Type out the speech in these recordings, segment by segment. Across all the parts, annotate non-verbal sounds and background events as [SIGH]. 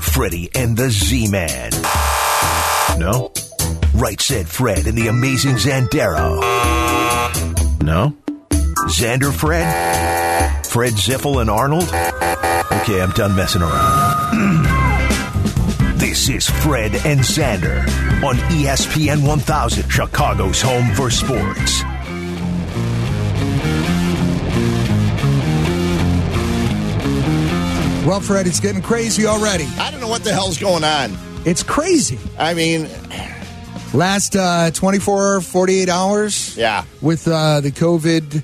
Freddy and the Z Man. No? Right said Fred and the amazing Zandero. No? Xander Fred? Fred Ziffel and Arnold? Okay, I'm done messing around. [CLEARS THROAT] this is Fred and Xander on E ESPN 1000, Chicago's home for sports. Well, Fred, it's getting crazy already. I don't know what the hell's going on. It's crazy. I mean, Last uh, 24, 48 hours. Yeah. With uh, the COVID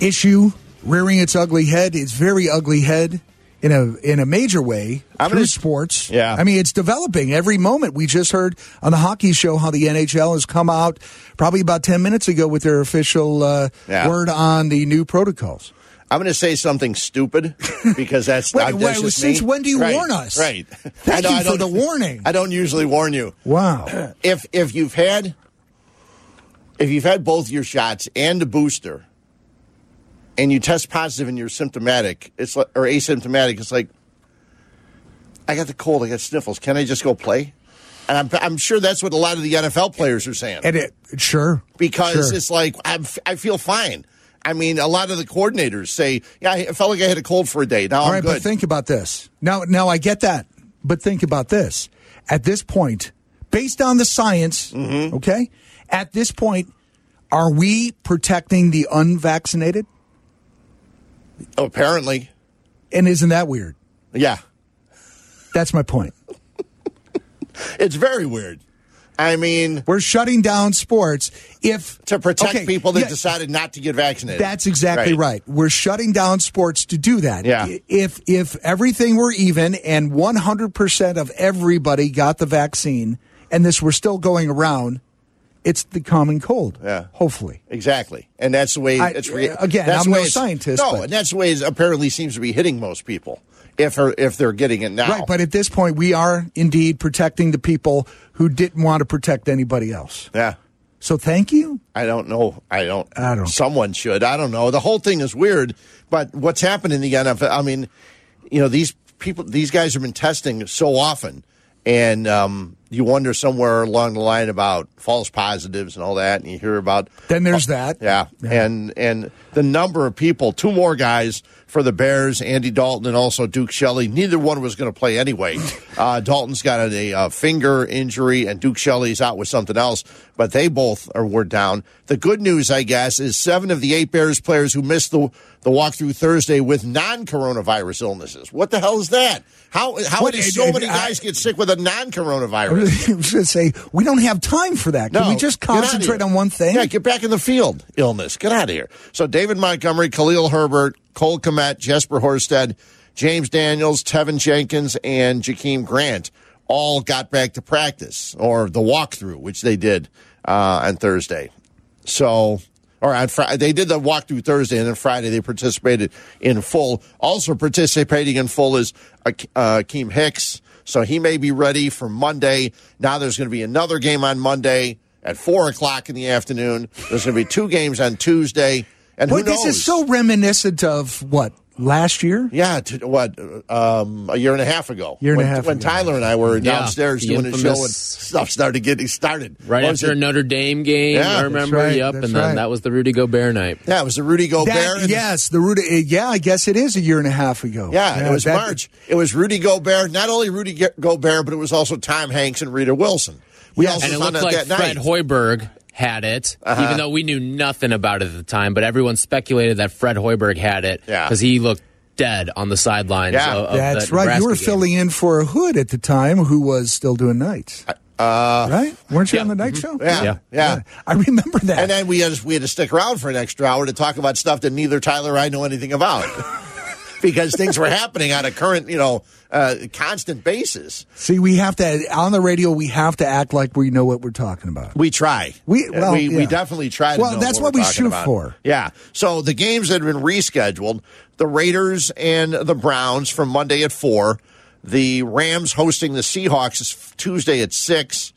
issue rearing its ugly head, its very ugly head in a in a major way I'm through gonna- sports. Yeah. I mean, it's developing every moment. We just heard on the hockey show how the NHL has come out probably about 10 minutes ago with their official uh, Yeah. word on the new protocols. I'm going to say [LAUGHS] something stupid because that's Wait, not wait, that's just since me. when do you Right, warn us? Right. Thank you for the warning. I don't usually warn you. [CLEARS THROAT] Wow. If if you've had if you've had both your shots and a booster, and you test positive and you're symptomatic, it's like, or asymptomatic, it's like I got the cold, I got sniffles. Can I just go play? And I'm, I'm sure that's what a lot of the NFL players are saying. and it, sure. because Sure. it's like I'm, I feel fine. I mean, a lot of the coordinators say, "Yeah, I felt like I had a cold for a day. Now All I'm right, good." but think about this. Now, now I get that, but think about this. At this point, based on the science, Mm-hmm. okay, at this point, are we protecting the unvaccinated? Oh, Apparently, And isn't that weird? yeah, That's my point. it's very weird. I mean, We're shutting down sports if to protect okay, people that yeah, decided not to get vaccinated. That's exactly right. We're shutting down sports to do that. Yeah. I- If if everything were even and 100% of everybody got the vaccine and this were still going around, it's the common cold. Yeah. Hopefully. Exactly, and that's the way I- it's re- again, That's I'm the way no it's- scientist, No, but- and that's the way it apparently seems to be hitting most people if or, if they're getting it now. Right, but at this point we are indeed protecting the people who didn't want to protect anybody else. yeah, So thank you. I don't know. I don't. I don't- Someone should. I don't know. The whole thing is weird. But what's happened in the NFL? I mean, you know, these people, these guys have been testing so often, and um, you wonder somewhere along the line about false positives and all that, and you hear about. Then there's that. Oh, Yeah, and and the number of people, two more guys for the Bears, Andy Dalton and also Duke Shelley. Neither one was going to play anyway. [LAUGHS] Uh, Dalton's got a, uh finger injury, and Duke Shelley's out with something else. But they both are were down. The good news, I guess, is seven of the eight Bears players who missed the the walkthrough Thursday with non-coronavirus illnesses. What the hell is that? How how What- did so and- many and I- guys get sick with a non-coronavirus? I [LAUGHS] was going to say we don't have time for that. Can we just get outta concentrate here. on one thing? Yeah, get back in the field. Illness, get out of here. So David Montgomery, Khalil Herbert, Cole Komet, Jesper Horsted, James Daniels, Tevin Jenkins, and Jakeem Grant all got back to practice or the walkthrough, which they did uh, on Thursday. So, or on Friday, they did the walkthrough Thursday, and then Friday they participated in full. Also participating in full is uh, Akeem Hicks, so he may be ready for Monday. Now there's going to be another game on Monday at four o'clock in the afternoon. There's going to be two games on Tuesday, and Boy, who knows? this is so reminiscent of what last year. Yeah, to, what um, a year and a half ago, Year and a when, half when ago. Tyler and I were Yeah, downstairs the doing a show and infamous- stuff started getting started. Right What was after a it? Notre Dame game, Yeah, I that's remember. right, yep, that's and then right. that was the Rudy Gobert night. yeah, it was the Rudy Gobert. That- and the- yes, the root. Yeah, I guess it is a year and a half ago. Yeah, it was that- March. It was Rudy Gobert, not only Rudy Ge- Gobert, but it was also Tom Hanks and Rita Wilson. We also and it found looked out that like night. Fred Uh-huh. Hoiberg had it, even though we knew nothing about it at the time. But everyone speculated that Fred Hoiberg had it Yeah. because he looked dead on the sidelines. Yeah. of, of That's that right. Nebraska You were game. filling in for a hood at the time, who was still doing nights. Uh, right? Weren't you yeah, on the night show? yeah, yeah, Yeah. I remember that. And then we had we had to stick around for an extra hour to talk about stuff that neither Tyler or I know anything about. Because things were happening on a current, you know, uh, constant basis. See, we have to on the radio. We have to act like we know what we're talking about. We try. Uh, We- well, we, we yeah. definitely try. To Well, know that's what what, we're we talking shoot about. for. Yeah. So the games that have been rescheduled: the Raiders and the Browns from Monday at four. The Rams hosting the Seahawks is Tuesday at six,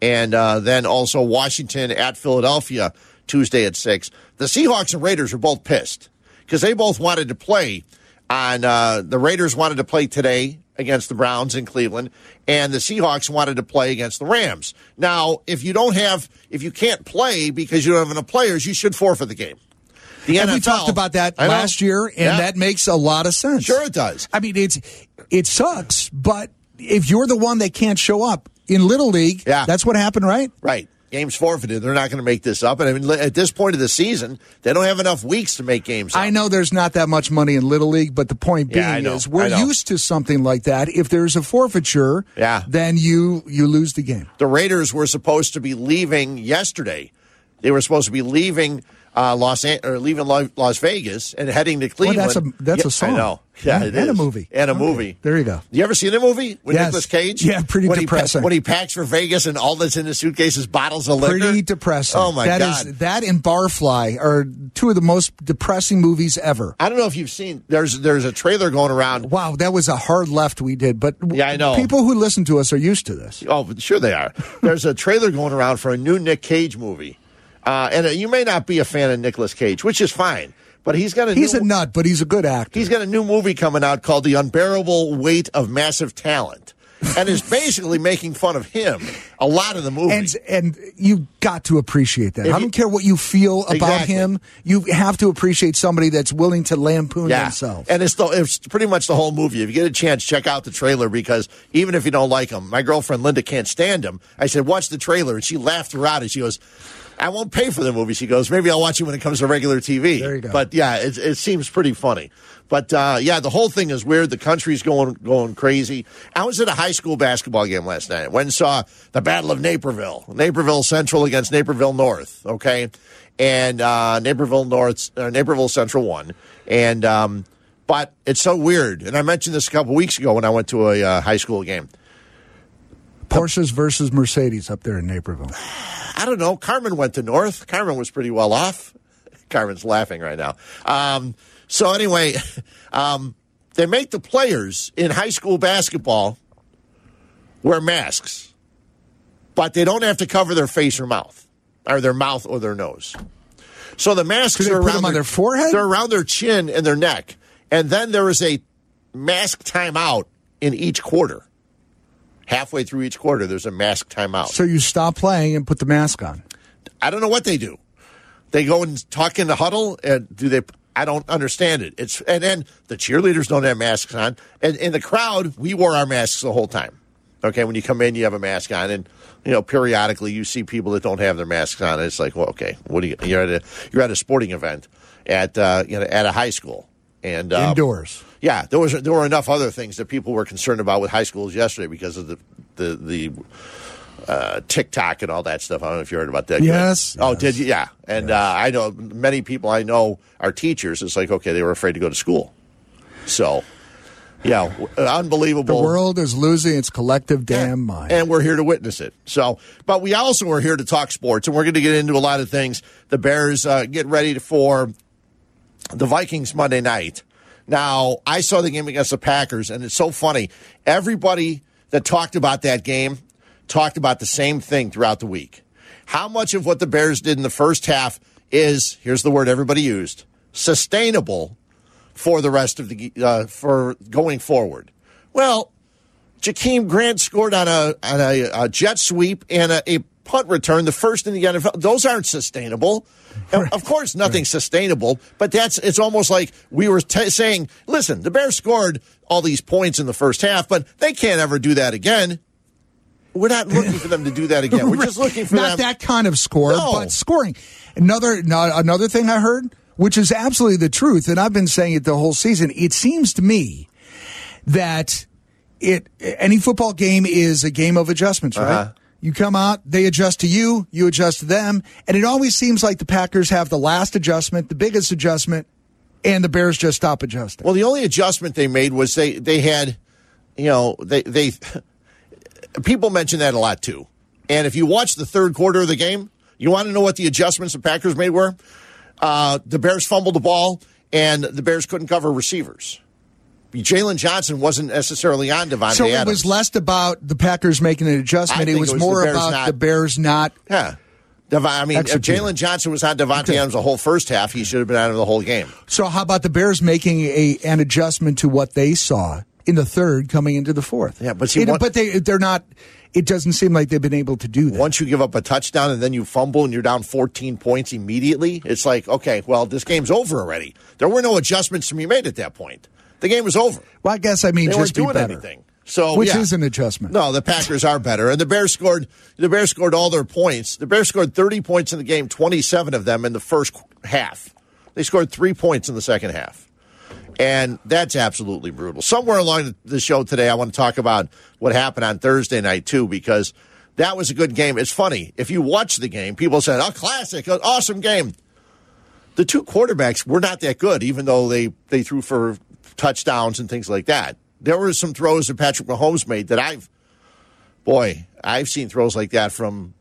and uh, then also Washington at Philadelphia Tuesday at six. The Seahawks and Raiders are both pissed because they both wanted to play on. Uh, the Raiders wanted to play today against the Browns in Cleveland, and the Seahawks wanted to play against the Rams. Now, if you don't have, if you can't play because you don't have enough players, you should forfeit the game. The and we NFL talked about that I know. last year, and Yeah. that makes a lot of sense. Sure it does. I mean, it's it sucks, but if you're the one that can't show up in Little League, Yeah. that's what happened, right? Right. Games forfeited. They're not going to make this up. And I mean, li- at this point of the season, they don't have enough weeks to make games. Up. I know there's not that much money in Little League, but the point being Yeah, I know. is I we're know. used to something like that. If there's a forfeiture, Yeah. then you you lose the game. The Raiders were supposed to be leaving yesterday. They were supposed to be leaving uh, Los An- or leaving Lo- Las Vegas and heading to Well, Cleveland. that's a that's Yeah, a song. I know. [LAUGHS] Yeah, and, it and a is. movie And a Okay. movie. There you go. You ever seen the movie with Yes. Nicolas Cage? Yeah, pretty when He, depressing. pa- when he packs for Vegas and all that's in his suitcase is bottles of liquor. Pretty depressing. Oh my That god! is- that and Barfly are two of the most depressing movies ever. I don't know if you've seen. There's there's a trailer going around. Wow, that was a hard left we did, but w- Yeah, I know. People who listen to us are used to this. Oh, sure [LAUGHS] they are. There's a trailer going around for a new Nick Cage movie, uh, and uh, you may not be a fan of Nicolas Cage, which is fine. But he's got a He's new, a nut, but he's a good actor. he's got a new movie coming out called The Unbearable Weight of Massive Talent, and is basically making fun of him a lot of the movie. and and you got to appreciate that. If I you- don't care what you feel about Exactly. him. You have to appreciate somebody that's willing to lampoon themselves. And it's the, it's pretty much the whole movie. If you get a chance, check out the trailer because even if you don't like him, my girlfriend Linda can't stand him. I said, watch the trailer, and she laughed her out. And she goes, "I won't pay for the movie." She goes, "Maybe I'll watch it when it comes to regular TV." There you go. But yeah, it, it seems pretty funny. But uh, yeah, the whole thing is weird. The country's going going crazy. I was at a high school basketball game last night. Went and saw the Battle of Naperville, Naperville Central against Naperville North. Okay, and uh, Naperville North, uh, Naperville Central won. And um, but it's so weird. And I mentioned this a couple weeks ago when I went to a uh, high school game. Porsches versus Mercedes up there in Naperville. I don't know. Carmen went to North. Carmen was pretty well off. Carmen's laughing right now. Um, so anyway, [LAUGHS] um, they make the players in high school basketball wear masks, but they don't have to cover their face or mouth, or their mouth or their nose. So the masks Do they are put around them on their forehead? They're around their chin and their neck, and then there is a mask timeout in each quarter. Halfway through each quarter, there's a mask timeout. So you stop playing and put the mask on. I don't know what they do. They go and talk in the huddle, and do they? I don't understand it. It's and then the cheerleaders don't have masks on, and in the crowd we wore our masks the whole time. Okay, when you come in, you have a mask on, and you know periodically you see people that don't have their masks on. And it's like, well, okay, what do you? You're at a you're at a sporting event at uh, you know at a high school and um, Indoors. yeah, there was there were enough other things that people were concerned about with high schools yesterday because of the the the uh, TikTok and all that stuff. I don't know if you heard about that. Yes, Oh, yes. did you? Yeah. And uh, I know many people I know are teachers. It's like okay, they were afraid to go to school. So, yeah, w- The unbelievable world is losing its collective damn mind. and we're here to witness it. So, but we also are here to talk sports, and we're going to get into a lot of things. The Bears uh, get ready for the Vikings Monday night. Now, I saw the game against the Packers, and it's so funny. Everybody that talked about that game talked about the same thing throughout the week. How much of what the Bears did in the first half is here's the word everybody used sustainable for the rest of the ge- uh, for going forward. Well, Jakeem Grant scored on a on a, a jet sweep and a, a punt return, the first in the NFL. Those aren't sustainable. And Of course, nothing's sustainable. But that's it's almost like we were t- saying, listen, the Bears scored all these points in the first half, but they can't ever do that again. We're not looking for them to do that [LAUGHS] again. We're just looking for not them. that kind of score, No. but scoring. Another no, another thing I heard, which is absolutely the truth, and I've been saying it the whole season. It seems to me that it any football game is a game of adjustments, right? Uh-huh. You come out, they adjust to you, you adjust to them, and it always seems like the Packers have the last adjustment, the biggest adjustment, and the Bears just stop adjusting. Well, the only adjustment they made was they they had, you know, they they people mention that a lot too. And if you watch the third quarter of the game, you want to know what the adjustments the Packers made were. Uh, the Bears fumbled the ball, and the Bears couldn't cover receivers. Jalen Johnson wasn't necessarily on Devontae so it was Adams. less about the Packers making an I adjustment; it think was, it was the more Bears about not- the Bears not yeah. Devi- I mean, if Executed. Jalen Johnson was on Devontae Adams the whole first half, he should have been out of the whole game. So how about the Bears making a an adjustment to what they saw in the third coming into the fourth. Yeah, but see, It- one- but they they're not. It doesn't seem like they've been able to do that. Once you give up a touchdown and then you fumble and you're down 14 points immediately, it's like, okay, well, this game's over already. There were no adjustments to be made at that point. The game was over. well, I guess I mean They just weren't be doing better. anything. So Which yeah. is an adjustment. No, the Packers are better, and the Bears scored. The Bears scored all their points. The Bears scored 30 points in the game, 27 of them in the first qu- half. They scored three points in the second half, and that's absolutely brutal. Somewhere along the- the show today, I want to talk about what happened on Thursday night too, because that was a good game. It's funny if you watch the game, people said, "Oh, classic, an awesome game." The two quarterbacks were not that good, even though they they threw for touchdowns and things like that. There were some throws that Patrick Mahomes made that I've boy, I've seen throws like that from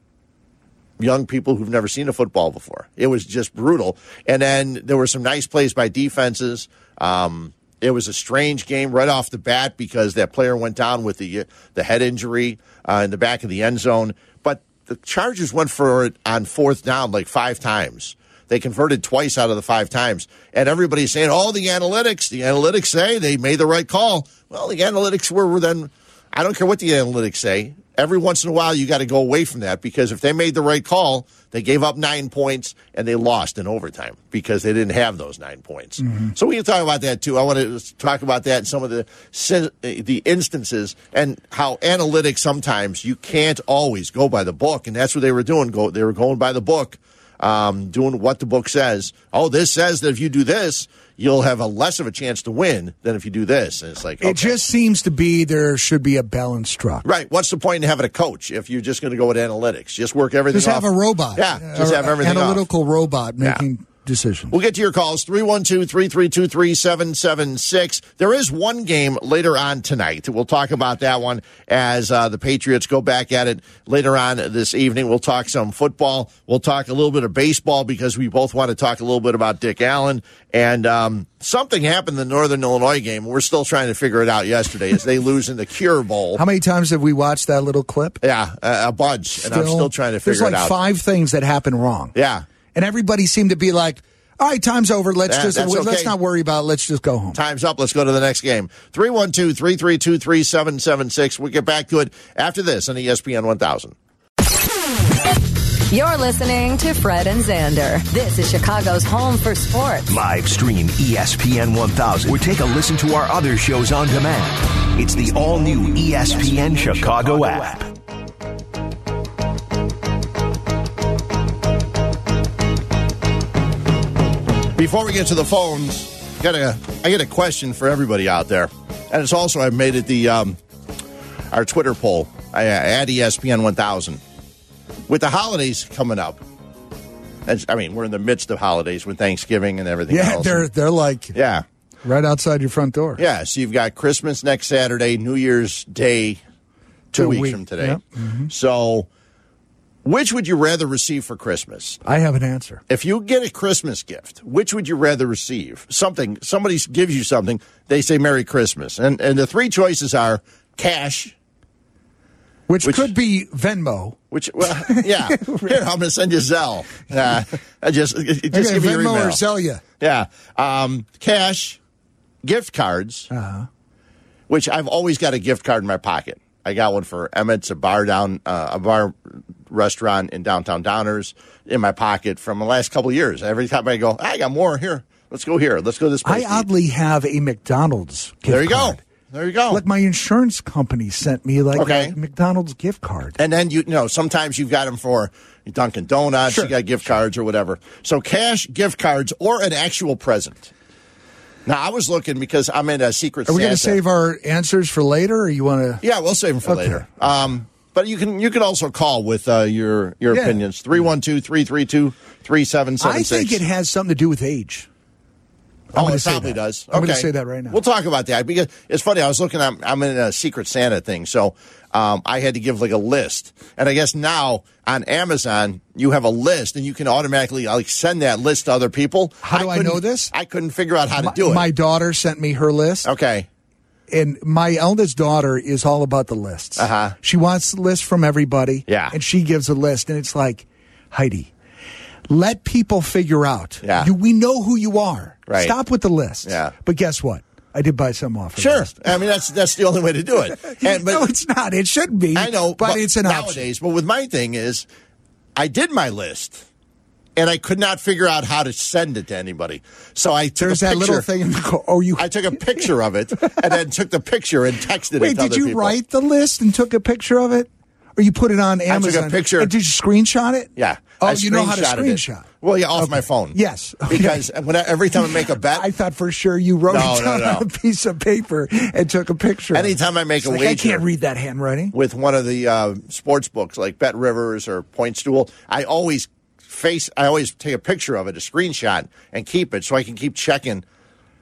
young people who've never seen a football before. It was just brutal. And then there were some nice plays by defenses. Um, it was a strange game right off the bat because that player went down with the the head injury uh, in the back of the end zone. But the Chargers went for it on fourth down like five times. They converted twice out of the five times. And everybody's saying, oh, the analytics, the analytics say they made the right call. Well, the analytics were, were then, I don't care what the analytics say. Every once in a while, you got to go away from that because if they made the right call, they gave up nine points and they lost in overtime because they didn't have those nine points. Mm-hmm. So we can talk about that too. I want to talk about that and some of the sin- the instances and how analytics sometimes you can't always go by the book, and that's what they were doing. Go, they were going by the book um, doing what the book says. Oh, this says that if you do this, you'll have a less of a chance to win than if you do this. And it's like, okay. It just seems to be there should be a balance struck. right. What's the point in having a coach if you're just going to go with analytics? Just work everything. Just have off- a robot. Yeah, just Or have everything. off. Analytical robot making decisions. We'll get to your calls 312 332 3776. There is one game later on tonight. We'll talk about that one as uh, the Patriots go back at it later on this evening. We'll talk some football. We'll talk a little bit of baseball because we both want to talk a little bit about Dick Allen. And um, something happened in the Northern Illinois game. We're still trying to figure it out yesterday as they lose in the Cure Bowl. How many times have we watched that little clip? Yeah, a, a bunch. and I'm still trying to figure There's like it out. five things that happen wrong. Yeah. And everybody seemed to be like, all right, time's over. Let's Yeah, just, that's okay. let's not worry about it. Let's just go home. Time's up. Let's go to the next game. 312 332 3776. We'll get back to it after this on E ESPN 1000. You're listening to Fred and Xander. This is Chicago's home for sports. Live stream E ESPN 1000 or take a listen to our other shows on demand. It's the E all new ESPN Chicago app. Before we get to the phones, got a, I get a question for everybody out there. And it's also, I've made it the um, our Twitter poll I, uh, at ESPN 1000. With the holidays coming up, that's- I mean, we're in the midst of holidays with Thanksgiving and everything Yeah, else. they're they're like yeah. right outside your front door. Yeah, so you've got Christmas next Saturday, New Year's Day, two Two weeks week- from today. yep, mm-hmm. So, which would you rather receive for Christmas? I have an answer. If you get a Christmas gift, which would you rather receive? Something somebody gives you something, they say Merry Christmas, and and the three choices are cash, Which, Which- could be Venmo. which well, [LAUGHS] [LAUGHS] yeah, here I'm going to send you Zelle. Uh, I just just Okay, give me your Venmo email. or Zelia. Yeah. Um, cash, gift cards, Uh-huh. which I've always got a gift card in my pocket. I got one for Emmett's, a bar down, uh, a bar restaurant in downtown Downers, in my pocket from the last couple of years. Every time I go, I got more here. Let's go here. Let's go this I place. to eat." oddly have a McDonald's gift there you card. go. There you go. Like my insurance company sent me like Okay. a McDonald's gift card. And then you, you know, sometimes you've got them for Dunkin' Donuts, Sure. you got gift cards or whatever. So cash, gift cards, or an actual present. Now I was looking because I'm in a secret. Are we going to Santa. save our answers for later, or you want to? Yeah, we'll save them for Okay. later. Um, but you can you can also call with uh, your your Yeah. opinions 312 332 I 3776. think it has something to do with age. I'm Oh, gonna it say probably that. does. I'm gonna Okay. say that right now. We'll talk about that because it's funny. I was looking. I'm, I'm in a Secret Santa thing, so um, I had to give like a list. And I guess now on Amazon you have a list, and you can automatically like send that list to other people. How do I couldn't- know this? I couldn't figure out how to My, do it. my daughter sent me her list, okay. and my eldest daughter is all about the lists. Uh-huh. She wants the list from everybody, Yeah. and she gives a list, and it's like, Heidi, let people figure out. Yeah. You, we know who you are. Right. Stop with the list. Yeah. But guess what? I did buy some off. Of Sure. this. I mean, that's that's the only way [LAUGHS] to do it. And, but no, it's not. It should be. I know, but, it's an option. nowadays. But with my thing is, I did my list, and I could not figure out how to send it to anybody. So I took There's a that picture. little thing in the co- oh you I took a picture of it, and then took the picture and texted it. wait. to Did other you people. write the list and took a picture of it, or you put it on a Amazon? picture. And did you screenshot it? Yeah. Oh, I you know how to screenshotted it. screenshot. Well, yeah, off my phone. Yes. [LAUGHS] Okay. Because when I, every time I make a bet, I thought for sure you wrote No, it down no, no. on a [LAUGHS] piece of paper and took a picture. of it. Anytime I make It's a like, I wager- can't read that handwriting. with one of the uh, sports books like Bet Rivers or Pointstool, I always face I always take a picture of it, a screenshot, and keep it so I can keep checking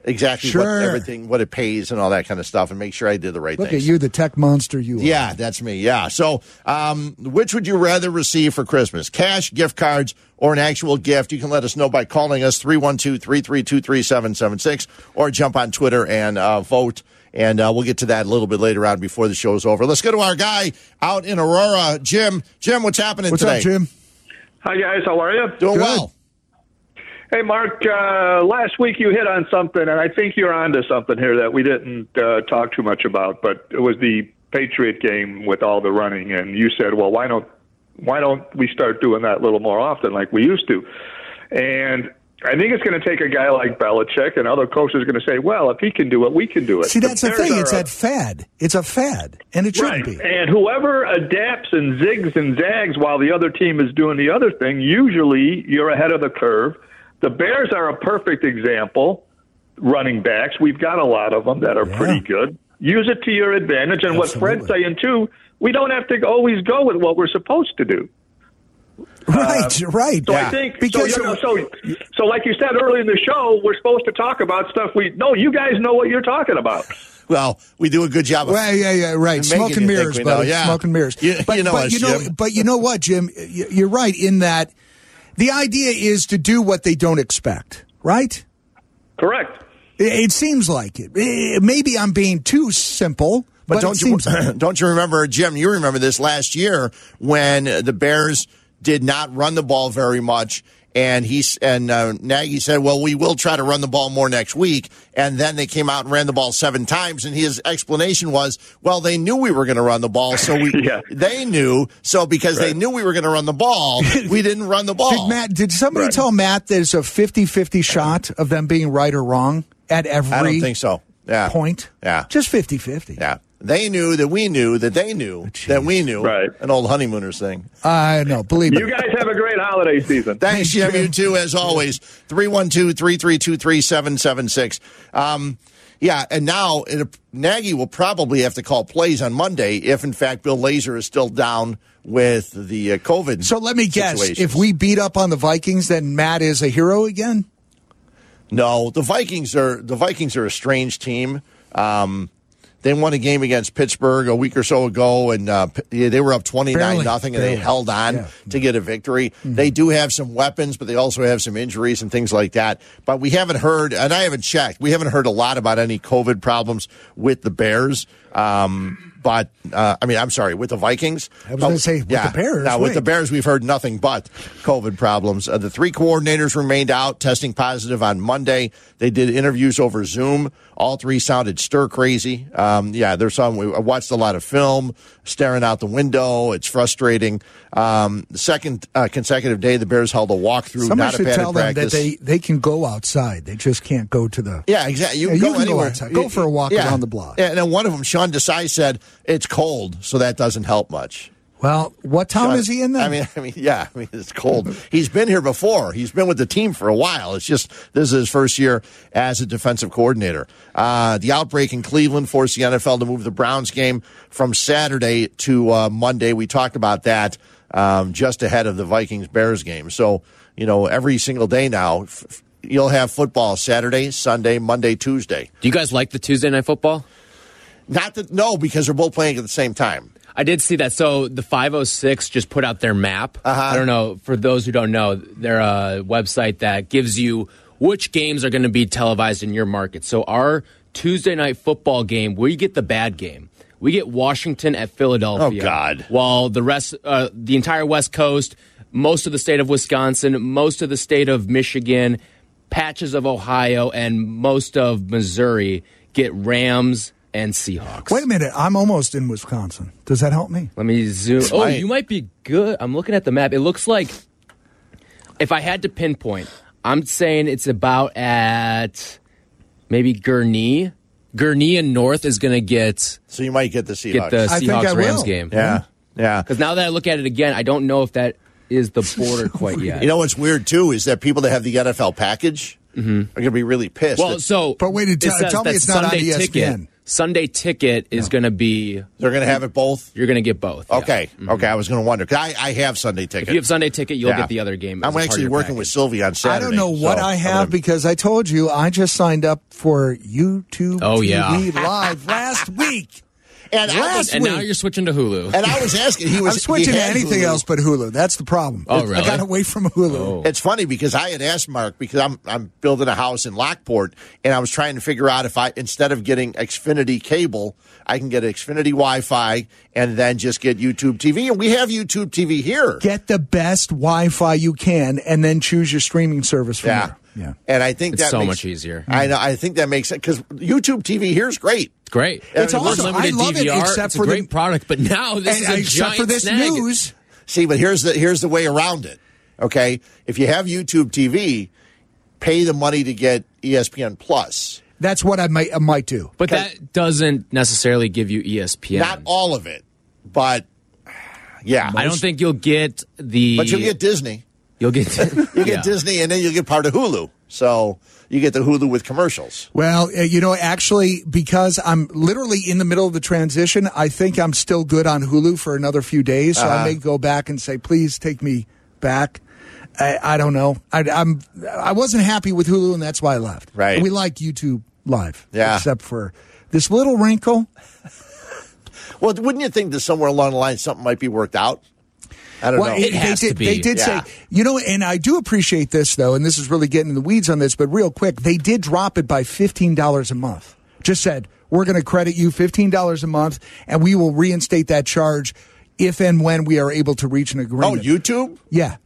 exactly Sure. what everything what it pays and all that kind of stuff and make sure I did the right Look things. at you, the tech monster you are. Yeah, that's me. Yeah. So, um, which would you rather receive for Christmas? Cash, gift cards, or an actual gift? You can let us know by calling us 312 332 3776 or jump on Twitter and uh, vote. And uh, we'll get to that a little bit later on before the show's over. Let's go to our guy out in Aurora, Jim. Jim, what's happening What's today? up, Jim? Hi guys, how are you? Doing Good. well. Hey Mark, uh, last week you hit on something, and I think you're onto something here that we didn't uh, talk too much about. But it was the Patriot game with all the running, and you said, "Well, why don't why don't we start doing that a little more often like we used to?" And I think it's going to take a guy like Belichick and other coaches going to say, "Well, if he can do it, we can do it." See, that's the Bears thing. are It's a- that fad. It's a fad, and it should uh, right. Uh, be. And whoever adapts and zigs and zags while the other team is doing the other thing, usually you're ahead of the curve. The Bears are a perfect example. Running backs, we've got a lot of them that are pretty good. Use it to your advantage. And what Fred's Absolutely. saying too, we don't have to always go with what we're supposed to do. Right, right. So I think because so, you know, so. So like you said earlier in the show, we're supposed to talk about stuff we no. You guys know what you're talking about. Well, we do a good job of Well, yeah, yeah, right. And Smoke making and you think mirrors, we buddy. know, yeah. Smoke and mirrors. You- but, you know but us, you know, Jim. but you know what, Jim? Y- You're right in that the idea is to do what they don't expect, right? Correct. It, it seems like it. Eh, Maybe I'm being too simple, but, But, it don't you seems [CLEARS THROAT] like it. don't you remember, Jim? You remember this last year when uh, the Bears did not run the ball very much, and he s- and uh, Nagy said, "Well, we will try to run the ball more next week." And then they came out and ran the ball seven times, and his explanation was, "Well, they knew we were going to run the ball, so [LAUGHS] we Yeah. they knew so because they knew we were going to run [LAUGHS] the ball, we didn't run the ball." Did Matt? Did somebody Right. tell Matt there's a 50-50 shot of them being right or wrong at every? I don't think so. Yeah, Point. Yeah, Just 50-50. yeah. They knew that we knew that they knew Oh, that we knew. Right. An old honeymooners thing. I know. Believe You me. guys have a great holiday season. Thanks, Jim. You too, as always. 312 332 3776. Um, Yeah, and now it, Nagy will probably have to call plays on Monday if, in fact, Bill Lazor is still down with the uh, COVID. So let me guess: situations. if we beat up on the Vikings, then Matt is a hero again. no, the Vikings are the Vikings are a strange team. Um, they won a game against Pittsburgh a week or so ago, and uh, P- yeah, they were up twenty nine Barely. nothing, and they Barely. held on Yeah. Mm-hmm. to get a victory. They do have some weapons, but they also have some injuries and things like that. But we haven't heard, and I haven't checked. We haven't heard a lot about any COVID problems with the Bears. Um, but uh, I mean, I'm sorry, with the Vikings. I was gonna say, with the Bears, Now with wait. the Bears, we've heard nothing but COVID problems. Uh, the three coordinators remained out, testing positive on Monday. They did interviews over Zoom. All three sounded stir crazy. Um, yeah, there's some. We I watched a lot of film, staring out the window. It's frustrating. Um, the second uh, consecutive day, the Bears held a walkthrough, Somebody not a should padded tell them practice. that they, they can go outside. They just can't go to the. Yeah, exactly. You, Yeah, can you go can go anywhere. outside. Go for a walk Yeah. around the block. Yeah, and then one of them, Sean Desai, said it's cold, so that doesn't help much. Well, what town Oh, is he in then? I mean, I mean, yeah, I mean, it's cold. He's been here before. He's been with the team for a while. It's just this is his first year as a defensive coordinator. Uh, the outbreak in Cleveland forced the NFL to move the Browns game from Saturday to uh, Monday. We talked about that um, just ahead of the Vikings Bears game. So you know, every single day now, f- f- you'll have football Saturday, Sunday, Monday, Tuesday. Do you guys like the Tuesday night football? Not that no, because they're both playing at the same time. I did see that. So the 506 just put out their map. Uh-huh. I don't know. For those who don't know, they're a website that gives you which games are going to be televised in your market. So our Tuesday night football game, we get the bad game. We get Washington at Philadelphia. Oh, God. While the rest, uh, the entire West Coast, most of the state of Wisconsin, most of the state of Michigan, patches of Ohio, and most of Missouri get Rams and Seahawks. Wait a minute. I'm almost in Wisconsin. Does that help me? Let me zoom. Oh, Right. you might be good. I'm looking at the map. It looks like if I had to pinpoint, I'm saying it's about at maybe Gurnee. Gurnee and North is going to get So you might get the Seahawks. get the I think I Seahawks Rams will. game. yeah, yeah. Because now that I look at it again, I don't know if that [LAUGHS] is the border quite yet. You know what's weird too is that people that have the NFL package are going to be really pissed. Mm-hmm. well, that so But wait, it tell- says tell me that it's not on E Sunday ESPN. Ticket, Sunday ticket is going to be they're going to have it both. you're going to get both. yeah. Mm-hmm. Okay, okay. I was going to wonder 'cause I, I have Sunday ticket. If you have Sunday ticket, you'll Yeah. get the other game. as a I'm part of actually your working package. with Sylvie on Saturday. I don't know what so I I'm have gonna- because I told you I just signed up for YouTube Oh, yeah. TV live [LAUGHS] last week. and I was, last And and, week. now you're switching to Hulu. I was asking. He was I'm switching he to had anything Hulu. else but Hulu. That's the problem. Oh, I really? Oh. got away from Hulu. It's funny because I had asked Mark because I'm I'm building a house in Lockport and I was trying to figure out if I instead of getting Xfinity cable, I can get Xfinity Wi-Fi and then just get YouTube TV. And we have YouTube TV here. Get the best Wi-Fi you can, and then choose your streaming service from yeah. there. Yeah. And I think It's that so makes- much easier. I know. I think that makes sense because YouTube TV here is great. Great. It's awesome. Unlimited I love it, DVR. except it's for a the- great product, but now this And is a except giant for this snag. news, See, but here's the here's the way around it. Okay, if you have YouTube TV, pay the money to get E ESPN Plus. that's what I might I might do. But that doesn't necessarily give you E ESPN. Not all of it, but yeah, I don't think you'll get the. But you'll get Disney. [LAUGHS] You'll get. You get Disney, and then you'll get part of Hulu. So you get the Hulu with commercials. Well, uh, you know, actually, because I'm literally in the middle of the transition, I think I'm still good on Hulu for another few days. So Uh-huh. I may go back and say, please take me back. I, I don't know. I, I'm I wasn't happy with Hulu, and that's why I left. Right. We like YouTube Live. Yeah. Except for this little wrinkle. Well, wouldn't you think that somewhere along the line something might be worked out? I don't Well, know. it- has they to did, be. They did Yeah. say, you know, and I do appreciate this though, and this is really getting in the weeds on this, but real quick, they did drop it by fifteen dollars a month. Just said we're going to credit you fifteen dollars a month, and we will reinstate that charge if and when we are able to reach an oh, agreement. YouTube. yeah,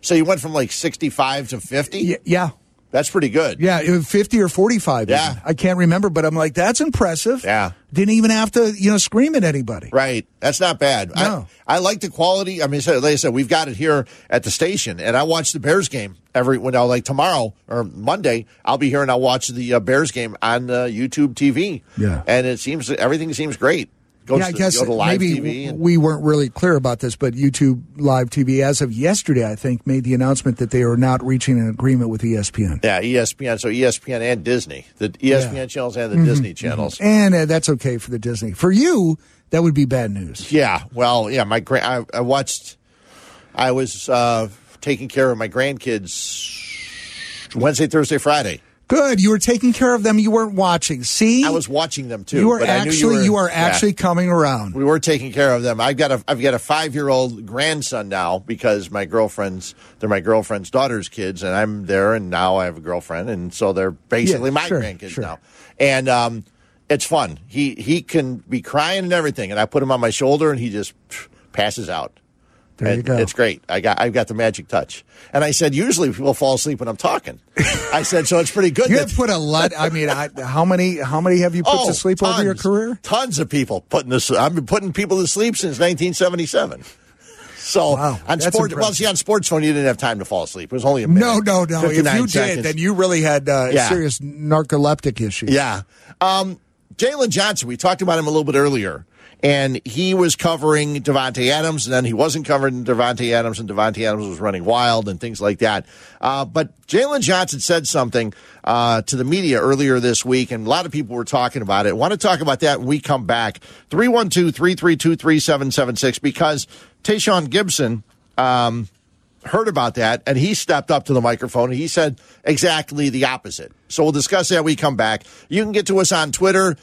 So you went from like sixty-five to fifty. Y- yeah, That's pretty good. yeah, it was fifty or forty-five. Yeah. even. I can't remember, but I'm like, that's impressive. Yeah. didn't even have to, you know, scream at anybody. Right. That's not bad. No. I, I like the quality. I mean, so, like I said, we've got it here at the station, and I watch the Bears game every when I like tomorrow or Monday. I'll be here and I'll watch the uh, Bears game on uh, YouTube TV. Yeah. and it seems everything seems great. Go yeah, to, I guess go to live maybe TV. And, we weren't really clear about this, but YouTube Live TV, as of yesterday, I think, made the announcement that they are not reaching an agreement with E ESPN. yeah, E ESPN. So ESPN and Disney, the E ESPN Yeah. Mm-hmm. channels and the Disney channels. And uh, that's okay for the Disney. For you, that would be bad news. Yeah. Well, yeah. My grand. I, I watched. I was uh, taking care of my grandkids Wednesday, Thursday, Friday. Good, you were taking care of them. You weren't watching. See, I was watching them too. you are but I knew actually you, are yeah. actually coming around. we were taking care of them. I've got a I've got a five year old grandson now because my girlfriend's they're my girlfriend's daughter's kids, and I'm there, and now I have a girlfriend, and so they're basically Yeah, my sure, grandkids sure. now, and um, it's fun. He he can be crying and everything, and I put him on my shoulder, and he just pff, passes out. There you And go. It's great. I got I've got the magic touch, and I said usually people fall asleep when I'm talking. I said so it's pretty good. You that- have put a lot. I mean, I, how many? How many have you put to sleep over your Oh, tons. career? Tons of people putting this. I've been putting people to sleep since 1977. So Wow, on that's sports, well, impressive. see on sports phone, you didn't have time to fall asleep. It was only a minute. No, no, no. If you 59 did, seconds. then you really had uh, Yeah. serious narcoleptic issues. yeah. Um, Jalen Johnson, we talked about him a little bit earlier, and he was covering Devontae Adams, and then he wasn't covering Devontae Adams, and Devontae Adams was running wild and things like that. Uh, but Jalen Johnson said something uh, to the media earlier this week, and a lot of people were talking about it. Want to talk about that when we come back. 312 332 3776, because Tayshawn Gibson heard about that and he stepped up to the microphone and he said exactly the opposite. So we'll discuss that when we come back. You can get to us on Twitter.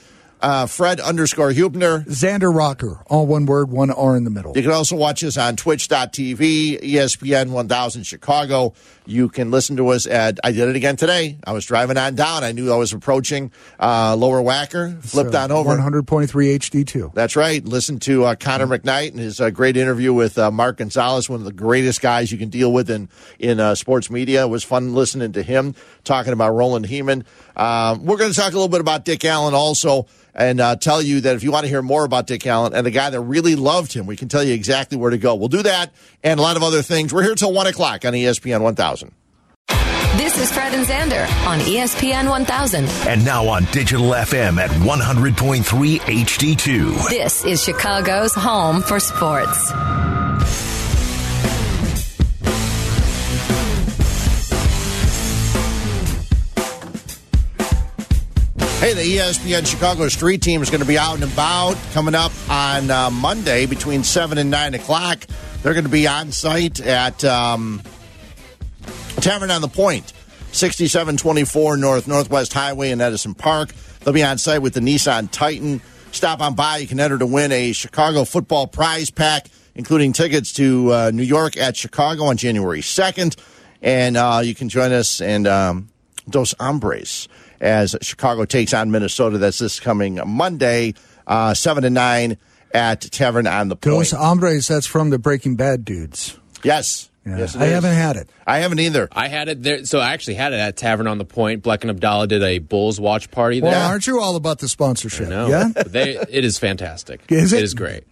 uh, Fred underscore Hubner. Xander Rocker, all one word, one R in the middle. You can also watch us on twitch.tv, ESPN 1000 Chicago. You can listen to us at, I did it again today. I was driving on down. I knew I was approaching uh, Lower Wacker, flipped So, on over. 100.3 HD2. That's right. Listen to uh, Connor McKnight and his uh, great interview with uh, Mark Gonzalez, one of the greatest guys you can deal with in in uh, sports media. It was fun listening to him talking about Roland Heeman. Um, we're going to talk a little bit about Dick Allen also, and uh, tell you that if you want to hear more about Dick Allen and the guy that really loved him, we can tell you exactly where to go. We'll do that and a lot of other things. We're here till one o'clock on E ESPN One Thousand. This is Fred and Xander on E ESPN 1000. And now on digital FM at 100.3 HD2. This is Chicago's home for sports. Hey, the E ESPN Chicago Street Team is going to be out and about coming up on uh, Monday between 7 and 9 o'clock. They're going to be on site at um, Tavern on the Point, 6724 North Northwest Highway in Edison Park. They'll be on site with the Nissan Titan. Stop on by. You can enter to win a Chicago football prize pack, including tickets to uh, New York at Chicago on January 2nd. And uh, you can join us and um, Dos Hombres as Chicago takes on Minnesota. That's this coming Monday, uh, 7 to 9 at Tavern on the Point. Those hombres, that's from the Breaking Bad dudes. yes. Yeah. Yes, it I is. haven't had it. I haven't either. I had it there, so I actually had it at Tavern on the Point. Black and Abdallah did a Bulls watch party there. Well, aren't you all about the sponsorship? [LAUGHS] No, Yeah? But they, it is fantastic. Is it? It is great.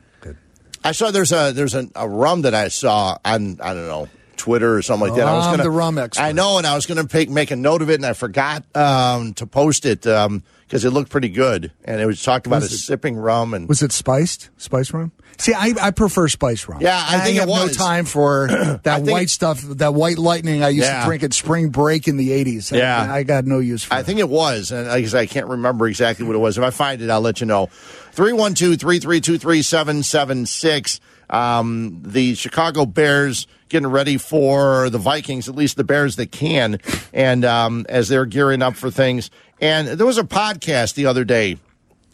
I saw there's a there's an, a rum that I saw on I don't know Twitter or something like that. I was I'm gonna, the rum expert. I know, and I was going to pick, make a note of it, and I forgot um, to post it because it looked pretty good, and it was talked about Was us it- sipping rum and. Was it spiced? Spice rum? See, I, I prefer spice rum. Yeah, I think it have was. no time [CLEARS THROAT] for that think white it- stuff, that white lightning I used Yeah. to drink at spring break in the 80s. I- Yeah. I, got no use for I it. think it was, and like I said, I can't remember exactly what it was. If I find it, I'll let you know. 312 332 3776. Um, the Chicago Bears getting ready for the Vikings, at least the Bears that can, and um, as they're gearing up for things. And there was a podcast the other day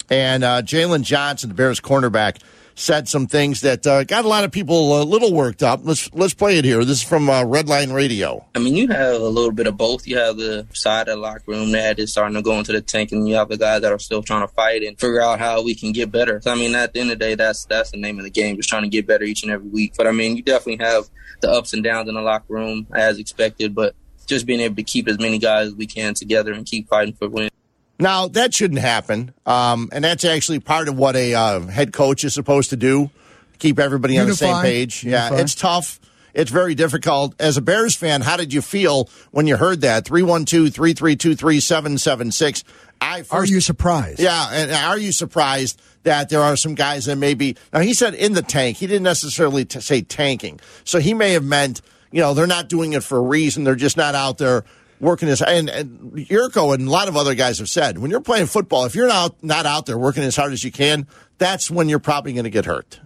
and uh, Jalen Johnson, the Bears cornerback, said some things that uh, got a lot of people a little worked up. Let's let's play it here. This is from uh, Redline Radio. I mean, you have a little bit of both. You have the side of the locker room that is starting to go into the tank, and you have the guys that are still trying to fight and figure out how we can get better. So, I mean, at the end of the day, that's that's the name of the game, just trying to get better each and every week. But I mean, you definitely have the ups and downs in the locker room as expected, but just being able to keep as many guys as we can together and keep fighting for wins. Now that shouldn't happen, um, and that's actually part of what a uh, head coach is supposed to do: keep everybody on the same Unify. page. Yeah, Unify. it's tough. It's very difficult. As a Bears fan, how did you feel when you heard that? 312 332 3776. I first Are you surprised? Yeah, and are you surprised that there are some guys that maybe now he said in the tank. He didn't necessarily t- say tanking, so he may have meant you know they're not doing it for a reason. They're just not out there working as and, and Yurko and a lot of other guys have said when you're playing football, if you're not not out there working as hard as you can, that's when you're probably going to get hurt.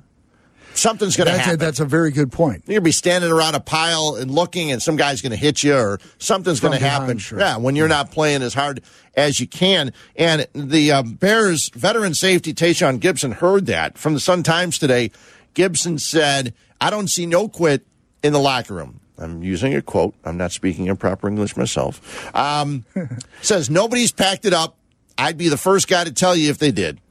Something's going to That's a, happen. that's a very good point. You're gonna be standing around a pile and looking, and some guy's gonna hit you, or something's gonna behind, happen. sure. Yeah, when you're not playing as hard as you can. And the um, Bears veteran safety Tayshawn Gibson heard that from the Sun Times today. Gibson said, "I don't see no quit in the locker room." I'm using a quote. I'm not speaking in proper English myself. Um, [LAUGHS] says nobody's packed it up. I'd be the first guy to tell you if they did.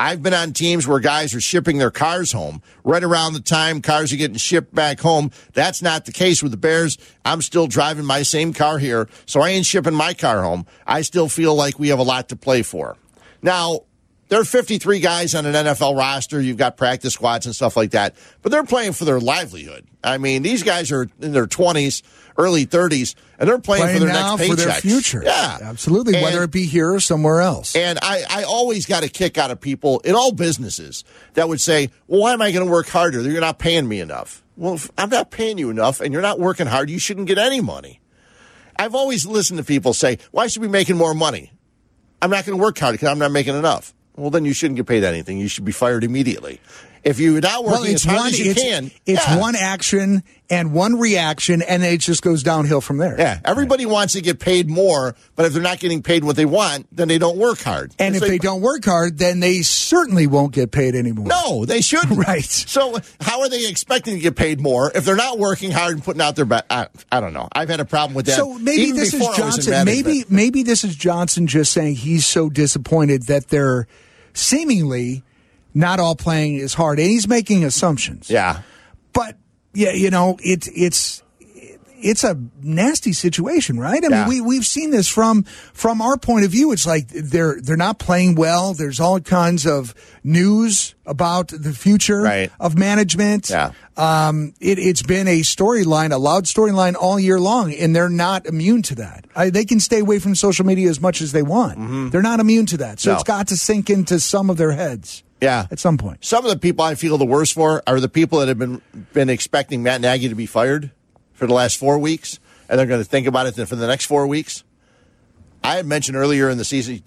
I've been on teams where guys are shipping their cars home right around the time cars are getting shipped back home. That's not the case with the Bears. I'm still driving my same car here, so I ain't shipping my car home. I still feel like we have a lot to play for. Now, there are 53 guys on an NFL roster. You've got practice squads and stuff like that, but they're playing for their livelihood. I mean, these guys are in their 20s, early 30s, and they're playing, for Playing their now next for their paychecks. future. Yeah, Absolutely. And- Whether it be here or somewhere else. and I, I always got a kick out of people in all businesses that would say, well, why am I going to work harder? You're not paying me enough. Well, if I'm not paying you enough and you're not working hard, you shouldn't get any money. I've always listened to people say, why should we be making more money? I'm not going to work hard because I'm not making enough. Well, then you shouldn't get paid anything. You should be fired immediately. If you're not working Well, as it's hard one. as you It's, can, it's yeah. one action and one reaction, and it just goes downhill from there. Yeah, everybody wants to get paid more, but if they're not getting paid what they want, then they don't work hard. And It's if they like, don't work hard, then they certainly won't get paid anymore. no, they shouldn't. [LAUGHS] Right. So how are they expecting to get paid more if they're not working hard and putting out their best? I, I don't know. I've had a problem with that. So maybe even this is before I was in Johnson. management. Maybe maybe this is Johnson just saying he's so disappointed that they're seemingly not all playing as hard, and he's making assumptions. Yeah. but yeah, you know, it's it's it's a nasty situation, right? I Yeah. mean, we we've seen this from from our point of view. It's like they're they're not playing well. There's all kinds of news about the future Right. of management. Yeah. Um, it, it's been a storyline, a loud storyline all year long, and they're not immune to that. I, they can stay away from social media as much as they want. They're not immune to that, so Mm-hmm. No. it's got to sink into some of their heads. Yeah. at some point. Some of the people I feel the worst for are the people that have been been expecting Matt Nagy to be fired for the last four weeks, and they're going to think about it for the next four weeks. I had mentioned earlier in the season,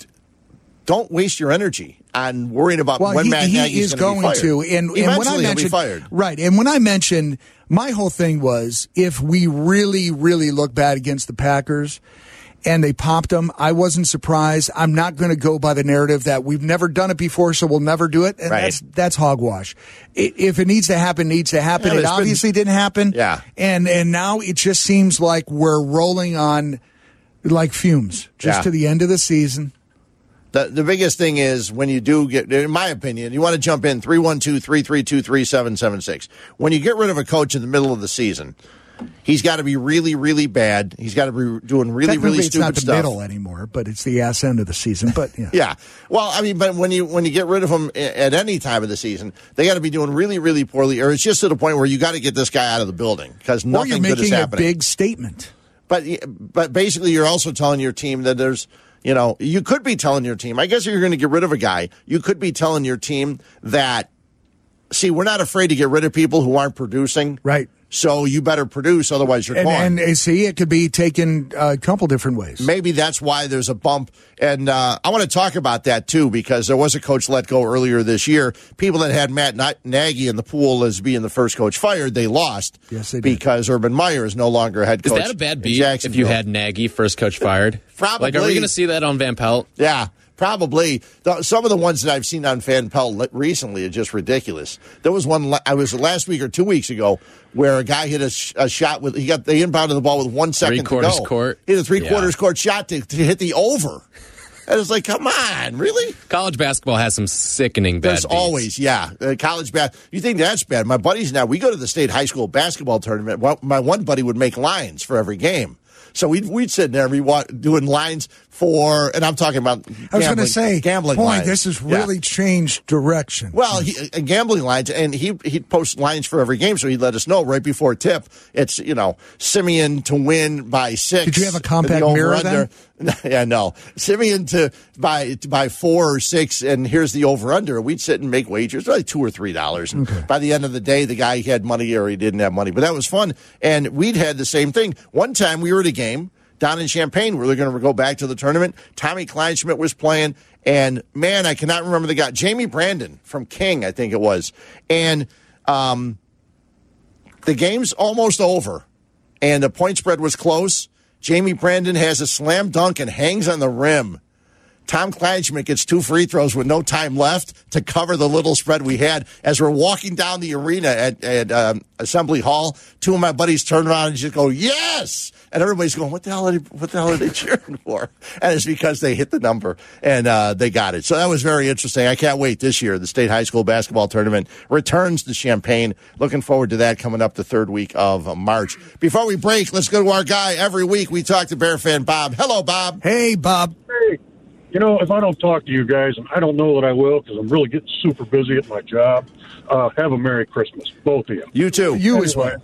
don't waste your energy on worrying about well, when he, Matt he Nagy is going gonna be fired. to, and, and when I Eventually he'll be mentioned fired. right, and when I mentioned my whole thing was if we really, really look bad against the Packers. And they popped them. I wasn't surprised. I'm not going to go by the narrative that we've never done it before, so we'll never do it. And Right. that's that's hogwash. I if it needs to happen, it needs to happen. Yeah, it it's been- obviously didn't happen. Yeah. And and now it just seems like we're rolling on like fumes just Yeah. to the end of the season. The, the biggest thing is when you do get, in my opinion, you want to jump in 312 332 3776. When you get rid of a coach in the middle of the season, he's got to be really, really bad. He's got to be doing really, Technically, really it's not stupid the stuff. middle anymore, but it's the ass end of the season. But yeah, [LAUGHS] Yeah. Well, I mean, but when you when you get rid of him a- at any time of the season, they got to be doing really, really poorly, or it's just to the point where you got to get this guy out of the building because or you're nothing good is making a happening. big statement. But but basically, you're also telling your team that there's you know you could be telling your team. I guess if you're going to get rid of a guy, you could be telling your team that. See, we're not afraid to get rid of people who aren't producing. Right. So you better produce, otherwise you're And, gone. and uh, see, it could be taken uh, a couple different ways. Maybe that's why there's a bump. And uh, I want to talk about that too, because there was a coach let go earlier this year. People that had Matt Na- Nagy in the pool as being the first coach fired, they lost. Yes, they did. Because Urban Meyer is no longer head Is coach. that a bad in beat if you Jacksonville. had Nagy, first coach fired? Probably. Like, are we going to see that on Van Pelt? Yeah, probably. Th- Some of the ones that I've seen on Fan Pelt li- recently are just ridiculous. There was one la- I was last week or two weeks ago where a guy hit a, sh- a shot with he got they inbounded the ball with one second Three-quarters to go. court? Hit a three quarters Yeah. court shot to, to hit the over. And it's like, come on, really? College basketball has some sickening bad There's beats. always, yeah. Uh, college bad. You think that's bad? My buddies now. We go to the state high school basketball tournament. Well, my one buddy would make lines for every game. So we'd we'd sit there, we wa- doing lines for, and I'm talking about. I was going to say, gambling. boy, lines. this has Yeah. really changed direction. Well, he, uh, gambling lines, and he he'd post lines for every game, so he'd let us know right before tip. It's you know Simeon to win by six. Did you have a The compact mirror over-under- [LAUGHS] yeah, no. Simeon to by by four or six, and here's the over under. We'd sit and make wagers, like two or three dollars. And by the end of the day, the guy had money or he didn't have money, but that was fun. And we'd had the same thing. One time we were at a game down in Champaign where they're going to go back to the tournament. Tommy Kleinschmidt was playing, and man, I cannot remember the guy. Jamie Brandon from King, I think it was. And um, the game's almost over, and the point spread was close. Jamie Brandon has a slam dunk and hangs on the rim. Tom Kleinschmidt gets two free throws with no time left to cover the little spread we had. As we're walking down the arena at, at um, Assembly Hall, two of my buddies turn around and just go, "Yes!" And everybody's going, "What the hell? Are they, what the hell are they [LAUGHS] cheering for?" And it's because they hit the number and uh, they got it. So that was very interesting. I can't wait this year. The state high school basketball tournament returns to Champaign. Looking forward to that coming up the third week of March. Before we break, let's go to our guy. Every week we talk to Bear fan Bob. Hello, Bob. hey, Bob. Hey, you know, if I don't talk to you guys, and I don't know that I will because I'm really getting super busy at my job, uh, have a Merry Christmas, both of you. You too. You as well.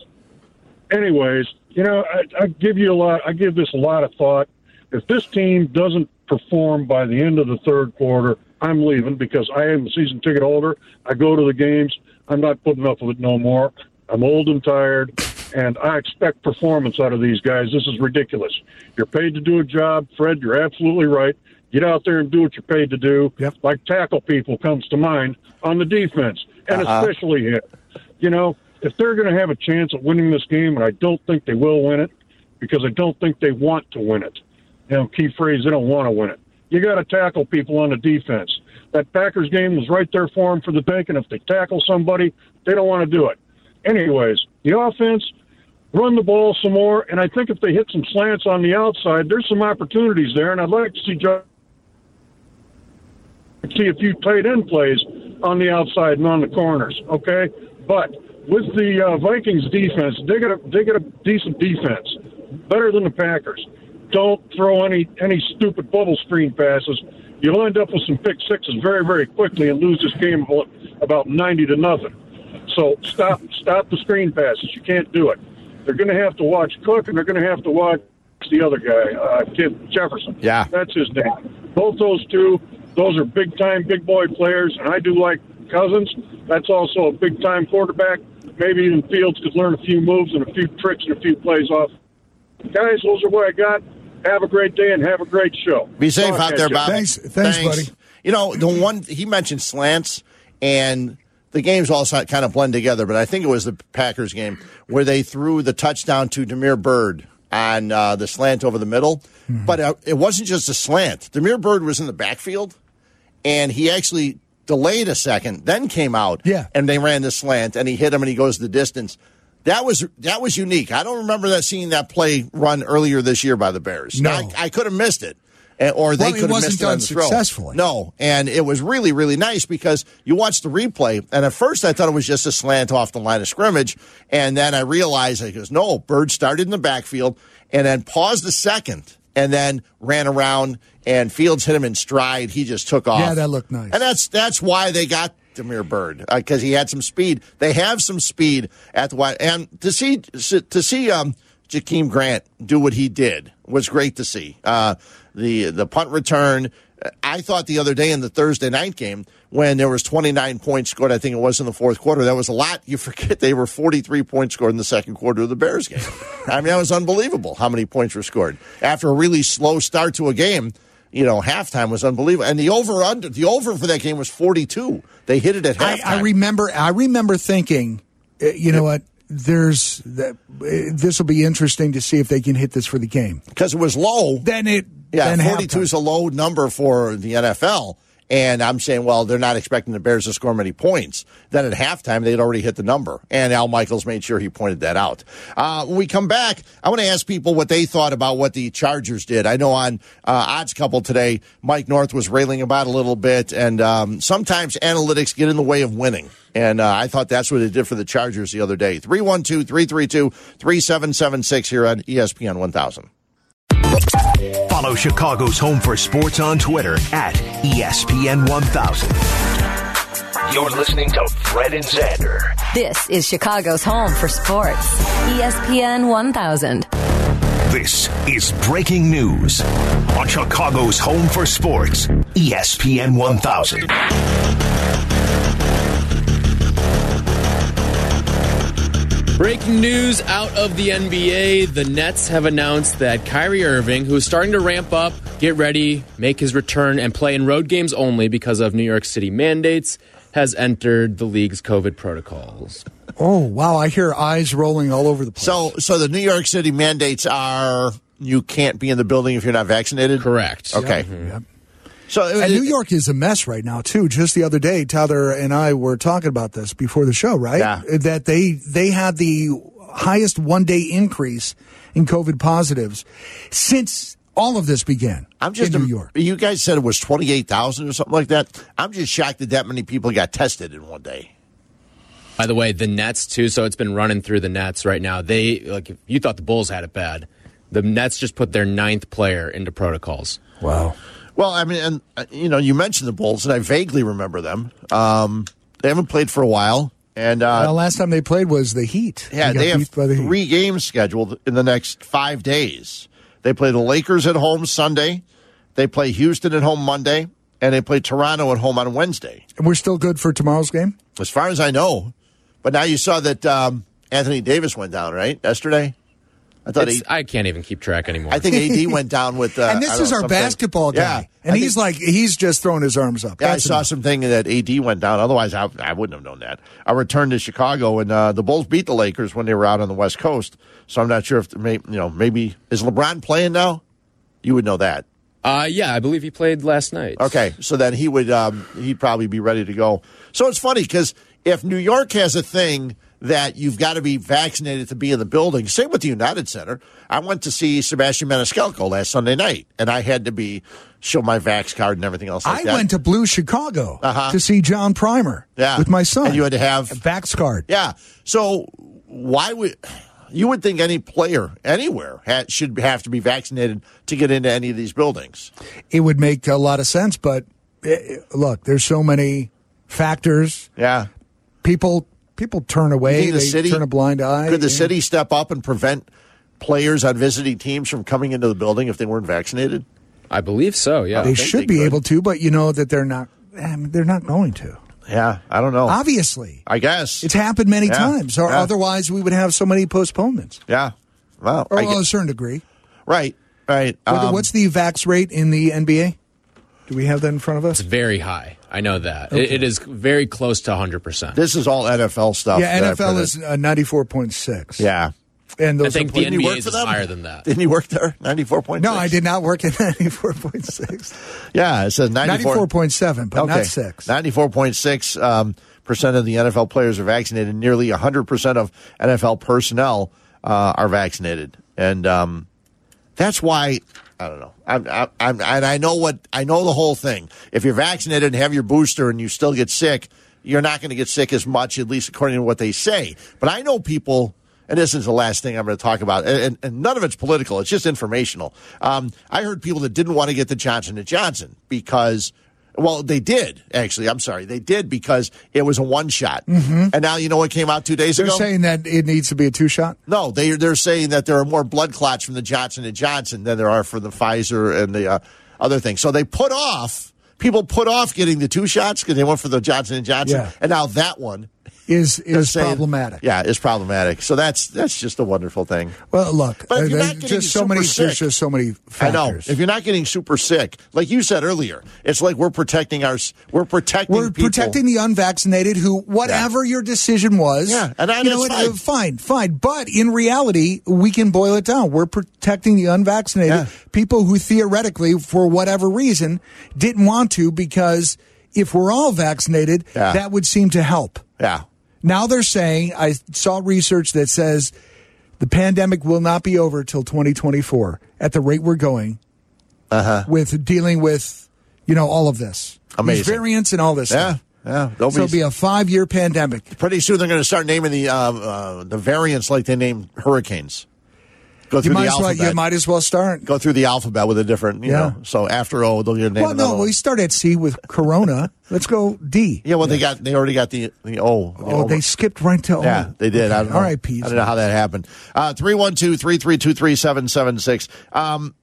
Anyways, you know, I, I give you a lot. I give this a lot of thought. If this team doesn't perform by the end of the third quarter, I'm leaving because I am a season ticket holder. I go to the games. I'm not putting up with it no more. I'm old and tired, and I expect performance out of these guys. This is ridiculous. You're paid to do a job, Fred. You're absolutely right. Get out there and do what you're paid to do. Yep. Like tackle people comes to mind on the defense. and Uh-huh. especially him. You know, if they're going to have a chance at winning this game, and I don't think they will win it because I don't think they want to win it. You know, key phrase: they don't want to win it. You got to tackle people on the defense. That Packers game was right there for them for the taking. If they tackle somebody, they don't want to do it. Anyways, the offense run the ball some more, and I think if they hit some slants on the outside, there's some opportunities there, and I'd like to see Josh see a few tight end plays on the outside and on the corners. Okay, but with the uh, Vikings defense, they got a they got a decent defense, better than the Packers. Don't throw any any stupid bubble screen passes. You'll end up with some pick sixes very very quickly and lose this game about ninety to nothing. So stop stop the screen passes. You can't do it. They're going to have to watch Cook and they're going to have to watch the other guy, uh, kid Jefferson. Yeah. that's his name. Both those two, those are big time, big boy players, and I do like Cousins. That's also a big time quarterback. Maybe even Fields could learn a few moves and a few tricks and a few plays off. Guys, those are what I got. Have a great day and have a great show. Be safe Talk out at there, you. Bob. Thanks- thanks, buddy. You know, the one he mentioned slants and the games all so- kind of blend together, but I think it was the Packers game where they threw the touchdown to Demir Bird on uh, the slant over the middle. Mm-hmm. But uh, it wasn't just a slant. Demir Bird was in the backfield and he actually delayed a second, then came out. Yeah. And they ran the slant and he hit him and he goes the distance. That was that was unique. I don't remember that seeing that play run earlier this year by the Bears. No. I, I could have missed it. And, or they Well, it could have wasn't missed it done on the throw. successfully. No, and it was really, really nice because you watch the replay, and at first I thought it was just a slant off the line of scrimmage, and then I realized I goes, no, Bird started in the backfield and then paused a second and then ran around and Fields hit him in stride. He just took off. Yeah, that looked nice. And that's that's why they got Demir Bird because he had some speed. They have some speed at the wide, and to see to see um, Jakeem Grant do what he did was great to see. Uh, the the punt return. uh, I thought the other day in the Thursday night game when there was 29 points scored, I think it was in the fourth quarter. That was a lot. You [LAUGHS] forget they were 43 points scored in the second quarter of the Bears game. I mean, that was unbelievable how many points were scored after a really slow start to a game you know, halftime was unbelievable. And the over under the over for that game was forty two. They hit it at halftime. I, I remember. I remember thinking, uh, you know what? There's uh, this will be interesting to see if they can hit this for the game. because it was low. Then it. Yeah, then forty two halftime. is a low number for the NFL. And I'm saying, well, they're not expecting the Bears to score many points. Then at halftime, they'd already hit the number. And Al Michaels made sure he pointed that out. Uh, when we come back, I want to ask people what they thought about what the Chargers did. I know on uh, Odds Couple today, Mike North was railing about a little bit. And um, sometimes analytics get in the way of winning. And uh, I thought that's what it did for the Chargers the other day. 312 332 3776 here on E ESPN 1000. Follow Chicago's Home for Sports on Twitter at E ESPN 1000. You're listening to Fred and Xander. This is Chicago's home for sports. E ESPN 1000. This is breaking news on Chicago's Home for Sports, E ESPN 1000. Breaking news out of the NBA. The Nets have announced that Kyrie Irving, who is starting to ramp up, get ready, make his return, and play in road games only because of New York City mandates, has entered the league's COVID protocols. Oh wow! I hear eyes rolling all over the place. So, so the New York City mandates are you can't be in the building if you're not vaccinated. Correct. Okay. Yep. So uh, it- And New York is a mess right now too. Just the other day, Tyler and I were talking about this before the show, right? Yeah. That they they had the highest one day increase in COVID positives since all of this began. I'm just in New York. You guys said it was twenty eight thousand or something like that. I'm just shocked that that many people got tested in one day. By the way, the Nets too. So it's been running through the Nets right now. They like if you thought the Bulls had it bad. The Nets just put their ninth player into protocols. Wow. Well, I mean, and uh, you know, you mentioned the Bulls, and I vaguely remember them. Um, they haven't played for a while, and uh, Well, last time they played was the Heat. Yeah, got they have beat by the Heat. three games scheduled in the next five days. They play the Lakers at home Sunday. They play Houston at home Monday, and they play Toronto at home on Wednesday. And we're still good for tomorrow's game. As far as I know, but now you saw that um, Anthony Davis went down right yesterday. I thought It's- AD I can't even keep track anymore. I think [LAUGHS] AD went down with. Uh, and I this don't is know, our something. basketball guy. Yeah, and I he's like, think- he's just throwing his arms up. Yeah, I That's saw enough. something that AD went down. Otherwise, I, I wouldn't have known that. I returned to Chicago, and uh, the Bulls beat the Lakers when they were out on the West Coast. So I'm not sure if may, you know maybe is LeBron playing now. You would know that. Uh, yeah, I believe he played last night. Okay, so then he would um, he'd probably be ready to go. So it's funny because if New York has a thing that you've got to be vaccinated to be in the building, same with the United Center. I went to see Sebastian Maniscalco last Sunday night, and I had to be show my vax card and everything else. Like I that. went to Blue Chicago Uh-huh. to see John Primer Yeah. with my son. And you had to have- a Vax card. Yeah. So why would you would think any player anywhere ha- should have to be vaccinated to get into any of these buildings? It would make a lot of sense, but eh, eh, look, there's so many factors. Yeah. People people turn You away. think They the city turn a blind eye. Could the Yeah. city step up and prevent players on visiting teams from coming into the building if they weren't vaccinated? I believe so. Yeah. They think should they be could. able to, but you know that they're not. I mean, they're not going to. Yeah, I don't know. Obviously, I guess it's happened many Yeah. times, or Yeah. otherwise we would have so many postponements, Yeah. Well, or I well, a guess, certain degree. right, right. What- Um, What's the vax rate in the NBA? Do we have that in front of us? It's very high. I know that. It, it is very close to 100%. this is all NFL stuff. Yeah, that I NFL printed. is uh, ninety four point six. Yeah. and I those think are the played- Didn't you NBA work is for them? higher than that. Didn't you work there? Ninety four point. no, I did not work [LAUGHS] at ninety four point six. Yeah, it says ninety Ninety four four point seven, but not six. 94.6 um, percent of the NFL players are vaccinated. Nearly 100% of NFL personnel uh, are vaccinated. And um, that's why, I don't know. I'm, I, I'm, and I know what, I know the whole thing. If you're vaccinated and have your booster and you still get sick, you're not going to get sick as much, at least according to what they say. But I know people, and this is the last thing I'm going to talk about, and, and, and none of it's political. It's just informational. Um, I heard people that didn't want to get the Johnson & Johnson because well, they did actually. I'm sorry, they did because it was a one shot, and now you know what came out two days Mm-hmm. They're ago. saying that it needs to be a two shot. no, they they're saying that there are more blood clots from the Johnson and Johnson than there are for the Pfizer and the uh, other thing. So they put off people put off getting the two shots because they went for the Johnson and Johnson, Yeah. and now that one Is is saying- problematic? Yeah, is problematic. So that's that's just a wonderful thing. Well, look, uh, But if you're there's not getting just so many. super There's sick- just so many I know. factors. If you're not getting super sick, like you said earlier, it's like we're protecting our we're protecting We're people. protecting the unvaccinated who, whatever your decision was, Yeah, and I- you know, that's it- fine. uh, fine, fine. But in reality, we can boil it down. We're protecting the unvaccinated Yeah. people who theoretically, for whatever reason, didn't want to because if we're all vaccinated, Yeah. that would seem to help. Yeah. Now they're saying, I saw research that says the pandemic will not be over till 2024 at the rate we're going with dealing with, you know, all of this. These Uh-huh. Amazing. variants and all this Yeah, stuff. yeah. They'll So be, it'll be a five year pandemic. pretty soon. They're going to start naming the uh, uh, the variants like they name hurricanes. Go You through the might, as well, alphabet. you might as well start. Go through the alphabet with a different. You Yeah. know, so after O, they'll name Well, another. no, one. we start at C with Corona. Let's go D. yeah, well, they got they already got the the O. the Oh, O. they skipped right to O. Yeah, they did. I Okay. don't know. All right, Pete. I don't know how that happened. Uh, Three one two three three two three seven seven six. Um,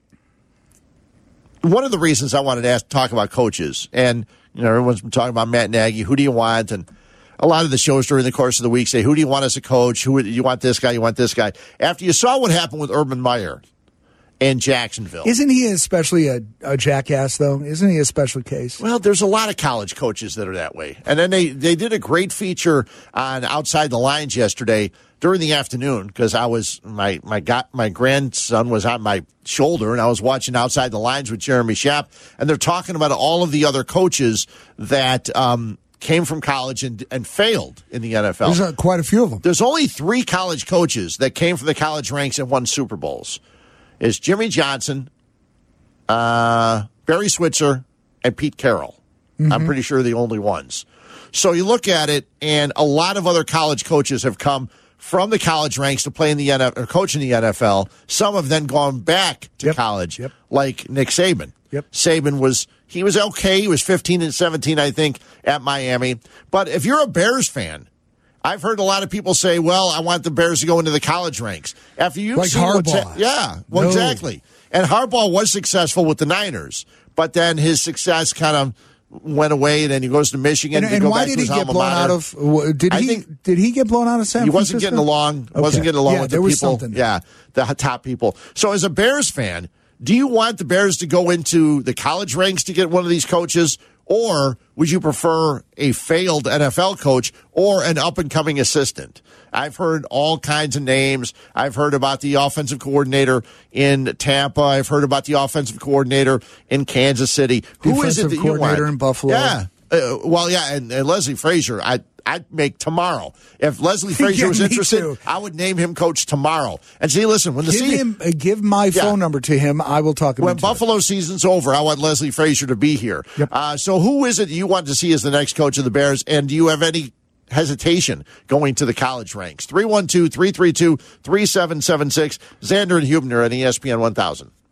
One of the reasons I wanted to ask, talk about coaches, and you know, everyone's been talking about Matt Nagy. Who do you want? And a lot of the shows during the course of the week say, "Who do you want as a coach? Who would- you want this guy? You want this guy?" After you saw what happened with Urban Meyer in Jacksonville, Isn't he especially a, a jackass, though? Isn't he a special case? Well, there's a lot of college coaches that are that way. And then they, they did a great feature on Outside the Lines yesterday during the afternoon because I was my my got my grandson was on my shoulder and I was watching Outside the Lines with Jeremy Schapp and they're talking about all of the other coaches that um, came from college and and failed in the NFL. There's uh, quite a few of them. There's only three college coaches that came from the college ranks and won Super Bowls. Is Jimmy Johnson, uh, Barry Switzer, and Pete Carroll. Mm-hmm. I'm pretty sure the only ones. So you look at it, and a lot of other college coaches have come from the college ranks to play in the NFL or coach in the NFL. Some have then gone back to Yep. college, Yep. like Nick Saban. Yep. Saban was he was okay. He was 15 and 17, I think, at Miami. But if you're a Bears fan, I've heard a lot of people say, "Well, I want the Bears to go into the college ranks." After you Like see what's Harbaugh. ha- yeah, well, No. exactly. And Harbaugh was successful with the Niners, but then his success kind of went away, and then he goes to Michigan. And, to and go why back did to he his get alma blown mater. out of? w- Did I he think- did he get blown out of San he Francisco? wasn't getting along. Wasn't Okay. getting along Yeah, with there the was people. something. Yeah, the h- top people. So, as a Bears fan, do you want the Bears to go into the college ranks to get one of these coaches, or would you prefer a failed NFL coach or an up and coming assistant? I've heard all kinds of names. I've heard about the offensive coordinator in Tampa. I've heard about the offensive coordinator in Kansas City. Who is it Defensive that you want? coordinator in Buffalo. Yeah. Uh, well, yeah, and, and Leslie Frazier, I I'd make tomorrow if Leslie [LAUGHS] Frazier Yeah, was me interested. too. I would name him coach tomorrow. And see, listen, when the Give season, him uh, give my Yeah. phone number to him. I will talk. him when into it. Buffalo season's over, I want Leslie Frazier to be here. Uh, so, who is it you want to see as the next coach of the Bears? And do you have any hesitation going to the college E ranks? 312 332 3776. Xander and Hubner on ESPN 1000.